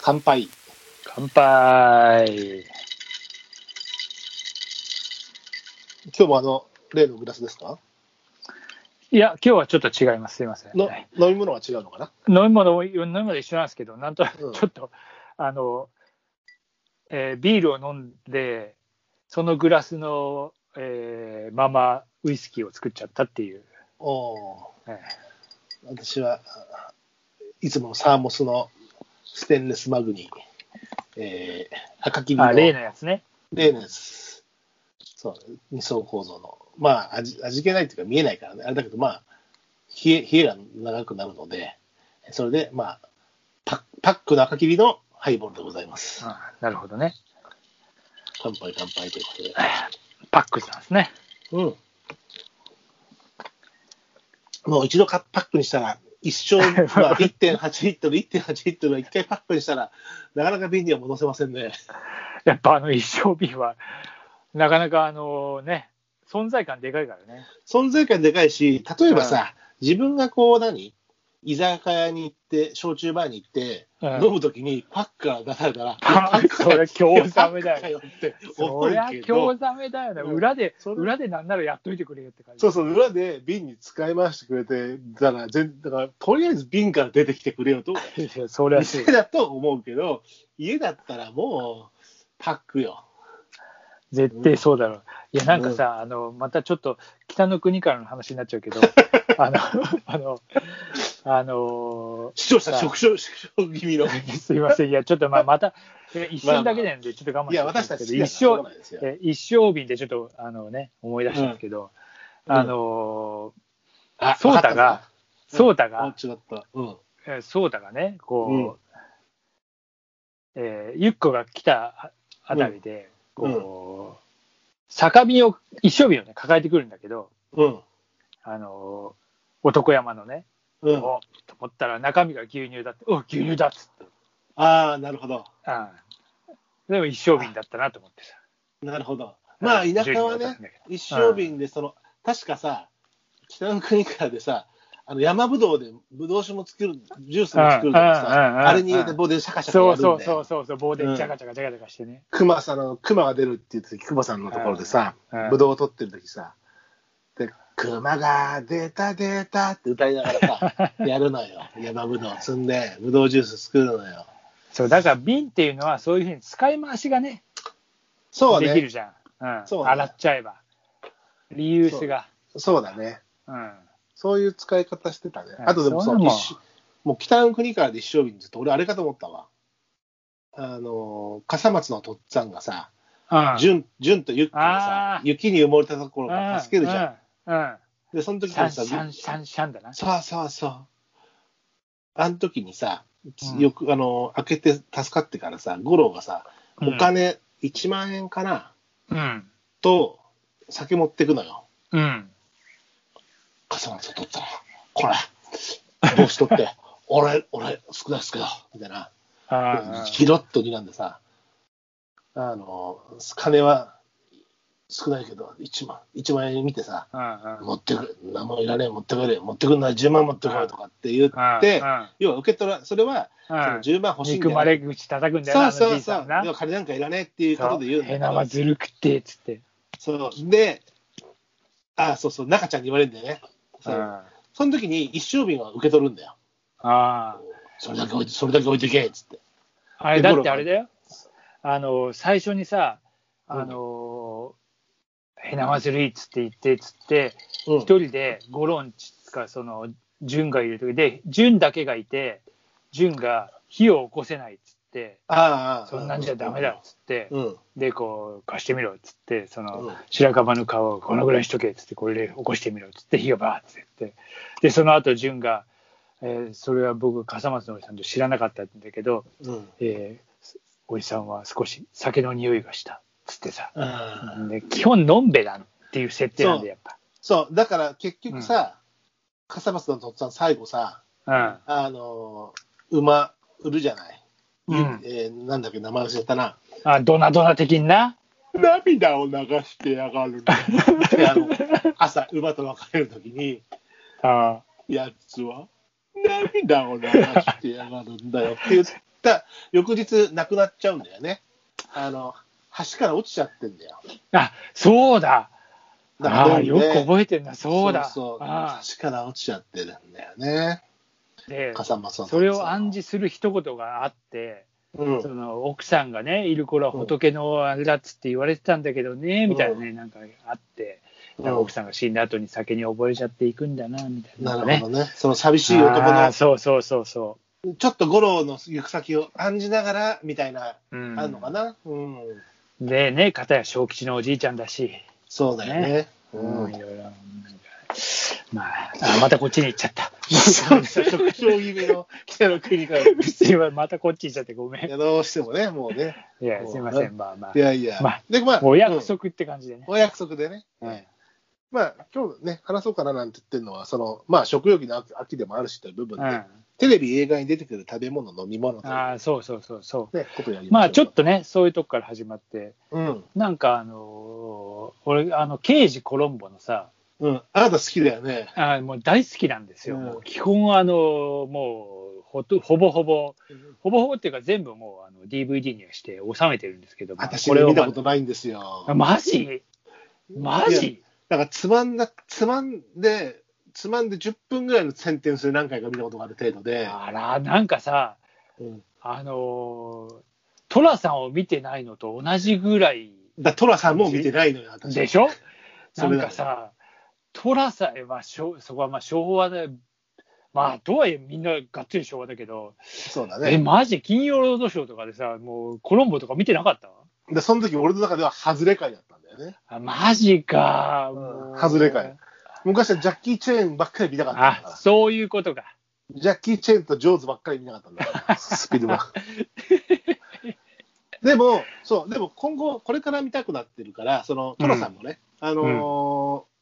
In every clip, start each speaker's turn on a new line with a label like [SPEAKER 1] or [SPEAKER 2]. [SPEAKER 1] 乾杯。
[SPEAKER 2] 乾杯。
[SPEAKER 1] 今日もあの、例のグラスですか
[SPEAKER 2] いや、今日はちょっと違います。すいません。
[SPEAKER 1] の
[SPEAKER 2] はい
[SPEAKER 1] 飲み物は違うのかな
[SPEAKER 2] 飲み物も、飲み物一緒なんですけど、なんとな
[SPEAKER 1] うん
[SPEAKER 2] くちょっと、あの、えービールを飲んで、そのグラスの、えーままウイスキーを作っちゃったっていう。
[SPEAKER 1] おお
[SPEAKER 2] はい
[SPEAKER 1] ー。私はいつものサーモスのステンレスマグに、えー、赤切りの
[SPEAKER 2] あ、例のやつね。
[SPEAKER 1] 例のやつ。そう、二層構造の。まあ味、味気ないっていうか見えないからね。あれだけど、まあ、冷え、冷えが長くなるので、それで、まあ、パッパックの赤切りのハイボールでございます。
[SPEAKER 2] あなるほどね。
[SPEAKER 1] 乾杯乾杯ということで。
[SPEAKER 2] パックしたんですね。
[SPEAKER 1] うん。もう一度かパックにしたら、一生、 まあ、1.8リットル、1.8リットルは一回パックにしたら、なかなか瓶には戻せませんね。
[SPEAKER 2] やっぱあの一生瓶は、なかなかあのね、存在感でかいからね。
[SPEAKER 1] 存在感でかいし、例えばさ、自分がこう何、居酒屋に行って、焼酎バーに行って、
[SPEAKER 2] うん
[SPEAKER 1] 飲むときにパックが出された ら、
[SPEAKER 2] パックそれ興ざめだ
[SPEAKER 1] パック
[SPEAKER 2] よ
[SPEAKER 1] かよって思
[SPEAKER 2] そうりゃ
[SPEAKER 1] け
[SPEAKER 2] 興
[SPEAKER 1] ど、
[SPEAKER 2] ざめだよね、
[SPEAKER 1] うん
[SPEAKER 2] 裏で、
[SPEAKER 1] それ
[SPEAKER 2] 裏でなんならやっといてくれよって感じ。
[SPEAKER 1] そうそう、裏で瓶に使い回してくれて、だから、全だからとりあえず瓶から出てきてくれよと
[SPEAKER 2] いやそりゃそう
[SPEAKER 1] 店だと思うけど、家だったらもう、パックよ。
[SPEAKER 2] 絶対そうだろう。いや、なんかさ、あの、またちょっと北の国からの話になっちゃう けど、あの、 あの、あの、
[SPEAKER 1] 視聴者、
[SPEAKER 2] さあ
[SPEAKER 1] 食傷、食傷気味の。い
[SPEAKER 2] すいません、いや、ちょっとまあまた、え一瞬だけなんで、ちょっと我慢して
[SPEAKER 1] や、
[SPEAKER 2] ほしいんで
[SPEAKER 1] 私
[SPEAKER 2] す
[SPEAKER 1] た
[SPEAKER 2] け
[SPEAKER 1] ち
[SPEAKER 2] ど
[SPEAKER 1] 好きだからしょうがないですよ、
[SPEAKER 2] 一生、え一生瓶でちょっと、あのね、思い出したんですけど、
[SPEAKER 1] うん
[SPEAKER 2] あの、
[SPEAKER 1] あ
[SPEAKER 2] そうだが、
[SPEAKER 1] うん
[SPEAKER 2] そうだ
[SPEAKER 1] わか
[SPEAKER 2] が
[SPEAKER 1] っ、たなあ違った。うん。
[SPEAKER 2] えーそうだがね、こう、えーゆっこが来たあたりで、
[SPEAKER 1] うん
[SPEAKER 2] こう、酒瓶を、一生瓶をね、抱えてくるんだけど、
[SPEAKER 1] うん。
[SPEAKER 2] あのー男山のね、
[SPEAKER 1] うん。
[SPEAKER 2] おっと思ったら中身が牛乳だって、お牛乳だっつって、
[SPEAKER 1] ああ、なるほど。
[SPEAKER 2] あでも一生瓶だったなと思ってさ。
[SPEAKER 1] なるほど。まあ、
[SPEAKER 2] うん
[SPEAKER 1] 田舎は
[SPEAKER 2] 順位が高い
[SPEAKER 1] ね
[SPEAKER 2] んだけ、
[SPEAKER 1] 一升瓶で、その、確かさ、北の国からでさ、あの山ぶどうでぶどう酒も作る、ジュースも作るから
[SPEAKER 2] うんうんうんうん
[SPEAKER 1] さ、あれに入れて棒でシャカシャカや
[SPEAKER 2] そ
[SPEAKER 1] る
[SPEAKER 2] うん
[SPEAKER 1] だよ
[SPEAKER 2] そうそうそうそう、棒でジャカジャカジャカジャカしてね。
[SPEAKER 1] 熊さんの、熊が出るって言ってた熊さんのところでさ
[SPEAKER 2] うんう、ん
[SPEAKER 1] ぶどうを取ってる時さ、で、熊が出た出たって歌いながら さ、やるのよ。山ぶどう積んで、ぶどうジュース作るのよ。
[SPEAKER 2] そう、だから瓶っていうのはそういうふうに使い回しがね、
[SPEAKER 1] そう
[SPEAKER 2] できる
[SPEAKER 1] ね。
[SPEAKER 2] じゃん。うん、
[SPEAKER 1] そうね
[SPEAKER 2] 洗っちゃえば。リユースが。
[SPEAKER 1] そうだね。
[SPEAKER 2] うん。
[SPEAKER 1] そういう使い方してたね。
[SPEAKER 2] うん
[SPEAKER 1] あとでもそ
[SPEAKER 2] そ
[SPEAKER 1] うう、
[SPEAKER 2] いうのも
[SPEAKER 1] 一緒もう北の国からで一生瓶ずっと、俺あれかと思ったわ。あの、笠松のとっつぁんがさ、
[SPEAKER 2] うん
[SPEAKER 1] 純、純とユッキーがさ
[SPEAKER 2] あ、ー
[SPEAKER 1] 雪に埋もれたところから助けるじゃん。
[SPEAKER 2] うん。うん。
[SPEAKER 1] で、その時
[SPEAKER 2] シャ
[SPEAKER 1] に
[SPEAKER 2] ンシ
[SPEAKER 1] さ、
[SPEAKER 2] ャンシャンシャンだな。
[SPEAKER 1] そうそうそう。あの時にさ、
[SPEAKER 2] うん
[SPEAKER 1] よく、あの、開けて助かってからさ、五郎がさ、
[SPEAKER 2] うん
[SPEAKER 1] お金1万円かな、
[SPEAKER 2] うん。
[SPEAKER 1] と、酒持ってくのよ。
[SPEAKER 2] うん。
[SPEAKER 1] 笠松を取ったら、これ、帽子取って、 俺、俺、少ないっすけど、みたいな。
[SPEAKER 2] あ
[SPEAKER 1] ギロッと睨んでさ、あの、金は少ないけど、1万、1万円見てさ、
[SPEAKER 2] あ。
[SPEAKER 1] 持ってくれ、何もいらねえ、持ってくれ、持ってくんなら10万持ってこいとかって言って、要は受け取ら、それは、
[SPEAKER 2] う
[SPEAKER 1] そ
[SPEAKER 2] ん
[SPEAKER 1] の10万欲しいんだ
[SPEAKER 2] 憎
[SPEAKER 1] よ
[SPEAKER 2] まれ口叩くんだよ
[SPEAKER 1] そ
[SPEAKER 2] な、
[SPEAKER 1] うそうそ
[SPEAKER 2] あ
[SPEAKER 1] う。
[SPEAKER 2] の
[SPEAKER 1] 要
[SPEAKER 2] じい
[SPEAKER 1] は金なんかいらねえっていう
[SPEAKER 2] さん
[SPEAKER 1] こ
[SPEAKER 2] な。
[SPEAKER 1] とで言うん
[SPEAKER 2] 変
[SPEAKER 1] だ
[SPEAKER 2] な
[SPEAKER 1] け
[SPEAKER 2] ま
[SPEAKER 1] ど。
[SPEAKER 2] ずるくって、つって。
[SPEAKER 1] そう。で、あそうそう、中ちゃんに言われるんだよね。そう
[SPEAKER 2] あ
[SPEAKER 1] その時に一生瓶は受け取るんだよ。
[SPEAKER 2] あ。
[SPEAKER 1] それだけ置いて、それだけ置いてけっつって。
[SPEAKER 2] あれ
[SPEAKER 1] で
[SPEAKER 2] だ
[SPEAKER 1] ゴロ
[SPEAKER 2] ってあれだよ。あの、最初にさ、あの、へなまずるいっつって言って、つって、
[SPEAKER 1] うん
[SPEAKER 2] 一人でゴロンチかその純がいる時で純だけがいて純が火を起こせないっつって
[SPEAKER 1] ああ。
[SPEAKER 2] そんなんじゃダメだっつって
[SPEAKER 1] うん。
[SPEAKER 2] でこう貸してみろっつってそ
[SPEAKER 1] うん
[SPEAKER 2] の白樺の皮をこのぐらいしとけっつってこれで起こしてみろっつって火がバーッて言ってでその後純が、えーそれは僕笠松のおじさんと知らなかったんだけど、
[SPEAKER 1] うん。
[SPEAKER 2] えーおじさんは少し酒の匂いがしたっつってさ
[SPEAKER 1] ああ
[SPEAKER 2] で基本のんべなんっていう設定なん
[SPEAKER 1] そう
[SPEAKER 2] でやっぱ。
[SPEAKER 1] そう、だから結局さ、笠松のとっつぁん最後さ、
[SPEAKER 2] うん
[SPEAKER 1] あのー、馬売るじゃない。
[SPEAKER 2] うん
[SPEAKER 1] えーなんだっけ、名前忘れたな。
[SPEAKER 2] あドナドナ的にな
[SPEAKER 1] 涙を流してやがるんだで あの朝馬と別れる時に
[SPEAKER 2] あ
[SPEAKER 1] やつは涙を流してやがるんだよって言った翌日なくなっちゃうんだよね。あの、橋から落ちちゃってんだよ。
[SPEAKER 2] あ、そうだ。
[SPEAKER 1] だ
[SPEAKER 2] あ
[SPEAKER 1] から
[SPEAKER 2] あー、よく
[SPEAKER 1] え
[SPEAKER 2] 覚えてるな、そうだ。
[SPEAKER 1] そうそう
[SPEAKER 2] あ
[SPEAKER 1] 橋から落ちちゃってるんだよね。
[SPEAKER 2] ーで、
[SPEAKER 1] 笠間さん
[SPEAKER 2] それを暗示する一言があって、
[SPEAKER 1] うん
[SPEAKER 2] その奥さんがね、いる頃は仏のあれだっつって言われてたんだけどね、みたいなね、なんかあって、
[SPEAKER 1] うん
[SPEAKER 2] なんか奥さんが死んだ後に酒に溺れちゃっていくんだな、みたいな
[SPEAKER 1] な
[SPEAKER 2] の
[SPEAKER 1] る
[SPEAKER 2] がね。
[SPEAKER 1] ほどね。その寂しい男
[SPEAKER 2] あー
[SPEAKER 1] の、
[SPEAKER 2] そうそうそうそ
[SPEAKER 1] ちょっと五郎の行く先を案じながら、みたいな、
[SPEAKER 2] う。うん
[SPEAKER 1] あるのかな。うん。
[SPEAKER 2] でね、片や小吉のおじいちゃんだし、
[SPEAKER 1] そうだよね。
[SPEAKER 2] ね
[SPEAKER 1] う
[SPEAKER 2] うんん、い。ろいろ。なんかまあ、あまたこっちに行っちゃった。
[SPEAKER 1] そう ですよ、食傷気味の北の国から。い
[SPEAKER 2] 今またこっち行っちゃってごめん。
[SPEAKER 1] や、どうしてもね、もうね。
[SPEAKER 2] いや、すいません、まあま
[SPEAKER 1] い。
[SPEAKER 2] あ
[SPEAKER 1] やいや。
[SPEAKER 2] まあ
[SPEAKER 1] で、まあ、
[SPEAKER 2] お約
[SPEAKER 1] うん
[SPEAKER 2] 束って感じでね。
[SPEAKER 1] お約束でね。
[SPEAKER 2] うん
[SPEAKER 1] まあ、今日ね、話そうかななんて言ってるのは、その、まあ、食欲の秋秋でもあるしという部分
[SPEAKER 2] う
[SPEAKER 1] で、
[SPEAKER 2] ん。
[SPEAKER 1] テレビ、映画に出てくる食べ物、飲み物という
[SPEAKER 2] ああ、そうそうそうそう。
[SPEAKER 1] ね、ことやり
[SPEAKER 2] ま
[SPEAKER 1] し
[SPEAKER 2] あちょっ
[SPEAKER 1] と。
[SPEAKER 2] とね、そういうとこから始まって、
[SPEAKER 1] うん。
[SPEAKER 2] なんかあのー俺、あの、刑事コロンボのさ、
[SPEAKER 1] うん。あなた好きだよね。
[SPEAKER 2] あーもう大好きなんですよ。
[SPEAKER 1] うん
[SPEAKER 2] もう基本あのーもうほと、ほぼほぼ、ほぼほぼっていうか全部もうあの DVD にはして収めてるんですけど、まあ
[SPEAKER 1] 私、ね、見たこと
[SPEAKER 2] ま
[SPEAKER 1] ないんですよ。
[SPEAKER 2] あマジマ
[SPEAKER 1] いや
[SPEAKER 2] ジ
[SPEAKER 1] だから、つまんだ、つまんで、つまんで10分ぐらいのセンテンスで何回か見たことがある程度で、
[SPEAKER 2] あら、なんかさ、
[SPEAKER 1] うん、
[SPEAKER 2] あのートラさんを見てないのと同じぐらい
[SPEAKER 1] だからトラさんも見てないのよ、私。
[SPEAKER 2] でしょ
[SPEAKER 1] そ
[SPEAKER 2] な
[SPEAKER 1] れ
[SPEAKER 2] ん
[SPEAKER 1] だね
[SPEAKER 2] かさ、トラさえは昭、そこはまあ昭和で、まあ、とはいえみんながっつり昭和だけど、
[SPEAKER 1] そうだね。
[SPEAKER 2] え、マジ金曜ロードショーとかでさ、もうコロンボとか見てなかった
[SPEAKER 1] で、その時俺の中では外れ会だったんだよね。
[SPEAKER 2] あマジか、
[SPEAKER 1] うん外れかい。昔はジャッキー・チェーンばっかり見たかったんだか
[SPEAKER 2] あ、
[SPEAKER 1] ら。
[SPEAKER 2] そういうことか。
[SPEAKER 1] ジャッキー・チェーンとジョーズばっかり見なかったんだ から、スピルバーグでも、そう、でも今後、これから見たくなってるから、その、トラさんもね、あのー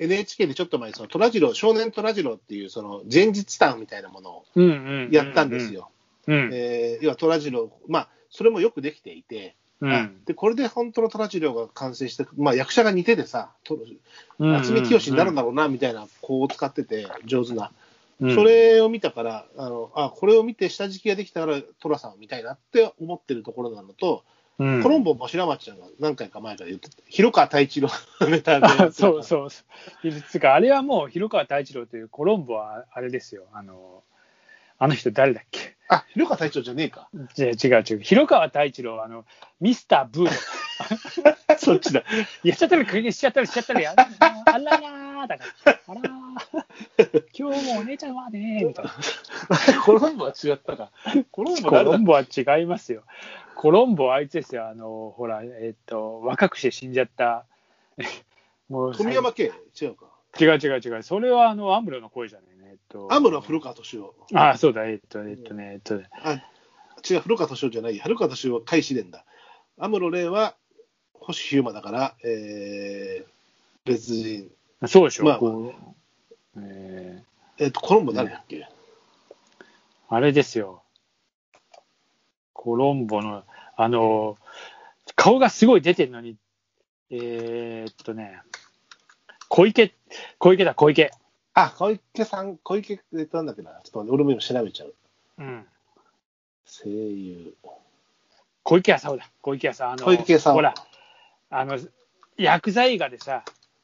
[SPEAKER 1] NHK でちょっと前にその、トラジロー、少年トラジローっていう、その、前日談みたいなものを
[SPEAKER 2] うんうんうんうん
[SPEAKER 1] やったんです。よ。
[SPEAKER 2] うん。
[SPEAKER 1] えー要はトラジロー、まあ、それもよくできていて、
[SPEAKER 2] うん
[SPEAKER 1] で、これで本当のトラジローが完成して、まあ、役者が似ててさ、と
[SPEAKER 2] うん
[SPEAKER 1] 渥美清になるんだろうな、みたいな、こう使ってて、上手な。
[SPEAKER 2] うん
[SPEAKER 1] それを見たから、あのあこれを見て下敷きができたから、トラさんを見たいなって思ってるところなのと、
[SPEAKER 2] うん
[SPEAKER 1] コロンボも白町ちゃんが何回か前から言ってた、広川太一郎のネタ
[SPEAKER 2] あ
[SPEAKER 1] で、
[SPEAKER 2] そうそうそう。つうか、あれはもう、広川太一郎というコロンボは、あれですよ。あの、あの人誰だっけ
[SPEAKER 1] あ広川太一郎じゃねえ か、
[SPEAKER 2] じゃあ違う違う。広川太一郎は、あの、ミスターブーだ。
[SPEAKER 1] そっちだ、
[SPEAKER 2] やっちゃったり、しちゃったりしちゃったり、あらあららーだから、あらー今日もお姉ちゃんはねー、みたい な。
[SPEAKER 1] コロンボは違ったか、コロンボ
[SPEAKER 2] コロ
[SPEAKER 1] 誰
[SPEAKER 2] ン
[SPEAKER 1] だ
[SPEAKER 2] ボは違いますよ。コロンボはあいつですよ。あの、ほら、えっと、若くして死んじゃった。もう、
[SPEAKER 1] 富山系、違うか、
[SPEAKER 2] 違う違う違う。それは、あの、アムロの声じゃないね。えっと、
[SPEAKER 1] アムロは古川敏夫、
[SPEAKER 2] ああ、そうだ、えっと、えっとね、えっとね、
[SPEAKER 1] あ違う、古川敏夫じゃない、古川敏夫は甲斐試練だ、アムロレイは星飛雄馬だから、えー、別人、
[SPEAKER 2] そうでしょ、
[SPEAKER 1] まあ
[SPEAKER 2] こうえ
[SPEAKER 1] えっとコロンボ誰だっけ、
[SPEAKER 2] ーあれですよ、コロンボの、あの、顔がすごい出てるのに、えーっとね、小池、小池だ、小池。
[SPEAKER 1] あ、小池さん、小池、えっと、なんだっけな、ちょっと待って俺も今調べちゃう。
[SPEAKER 2] うん、
[SPEAKER 1] 声優。
[SPEAKER 2] 小池さんだ、小池さん。
[SPEAKER 1] 小池
[SPEAKER 2] さ
[SPEAKER 1] さ
[SPEAKER 2] ん
[SPEAKER 1] ん。
[SPEAKER 2] ほら、あの、薬剤映画でさ、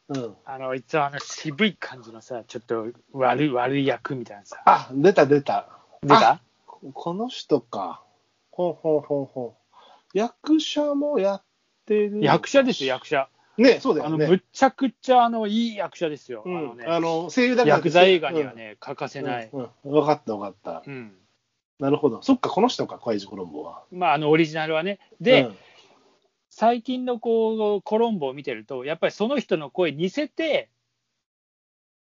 [SPEAKER 1] うん。
[SPEAKER 2] あの、いつもあの渋い感じのさ、ちょっと悪い、悪い役みたいなさ。
[SPEAKER 1] あ、出た出た。
[SPEAKER 2] 出た
[SPEAKER 1] ここの人か。ほんほんほんほん。役者もやってる。
[SPEAKER 2] 役者ですよ、役者。
[SPEAKER 1] ね、そうだ
[SPEAKER 2] あ
[SPEAKER 1] よ
[SPEAKER 2] の
[SPEAKER 1] ね。
[SPEAKER 2] むっちゃくちゃあのいい役者ですよ。
[SPEAKER 1] うん
[SPEAKER 2] あのね
[SPEAKER 1] あの、声優だ
[SPEAKER 2] 薬剤映画にはね、欠か
[SPEAKER 1] う
[SPEAKER 2] せ
[SPEAKER 1] ん、
[SPEAKER 2] ない。
[SPEAKER 1] うんうんわかったわかった。
[SPEAKER 2] うん
[SPEAKER 1] なるほど。そっか、この人か、小池コロンボは。
[SPEAKER 2] まあ、あのオリジナルはね。で、
[SPEAKER 1] うん
[SPEAKER 2] 最近のこうコロンボを見てると、やっぱりその人の声似せて、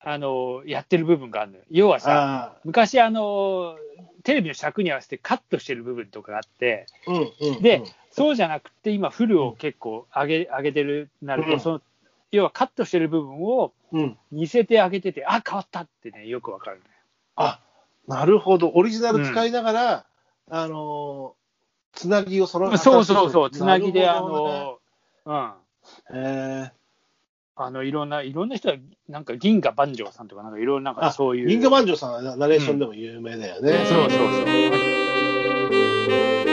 [SPEAKER 2] あのやってる部分があるのよ。要はさ、
[SPEAKER 1] あ
[SPEAKER 2] 昔あの、テレビの尺に合わせてカットしてる部分とかがあって、
[SPEAKER 1] ーうんうんうん。
[SPEAKER 2] でそうじゃなくて、今、フルを結構上げ上げてるなると、
[SPEAKER 1] うん
[SPEAKER 2] その要はカットしてる部分を
[SPEAKER 1] うん。
[SPEAKER 2] 似せて上げてて、あ変わったってね、よくわかるのよ
[SPEAKER 1] あ、なるほど。オリジナル使いながら、あのー、つなぎをその
[SPEAKER 2] そうそうそう、つなぎで、あ、
[SPEAKER 1] るほどね
[SPEAKER 2] の、うん。
[SPEAKER 1] え
[SPEAKER 2] あの、いろんな、いろんな人は、なんか、銀河万丈さんとか、なんか、いろんな、なん
[SPEAKER 1] あ
[SPEAKER 2] か、そう
[SPEAKER 1] え
[SPEAKER 2] いう。
[SPEAKER 1] 銀河万丈さんはナレーションでも有名だよね。
[SPEAKER 2] そうそうそう。
[SPEAKER 1] う。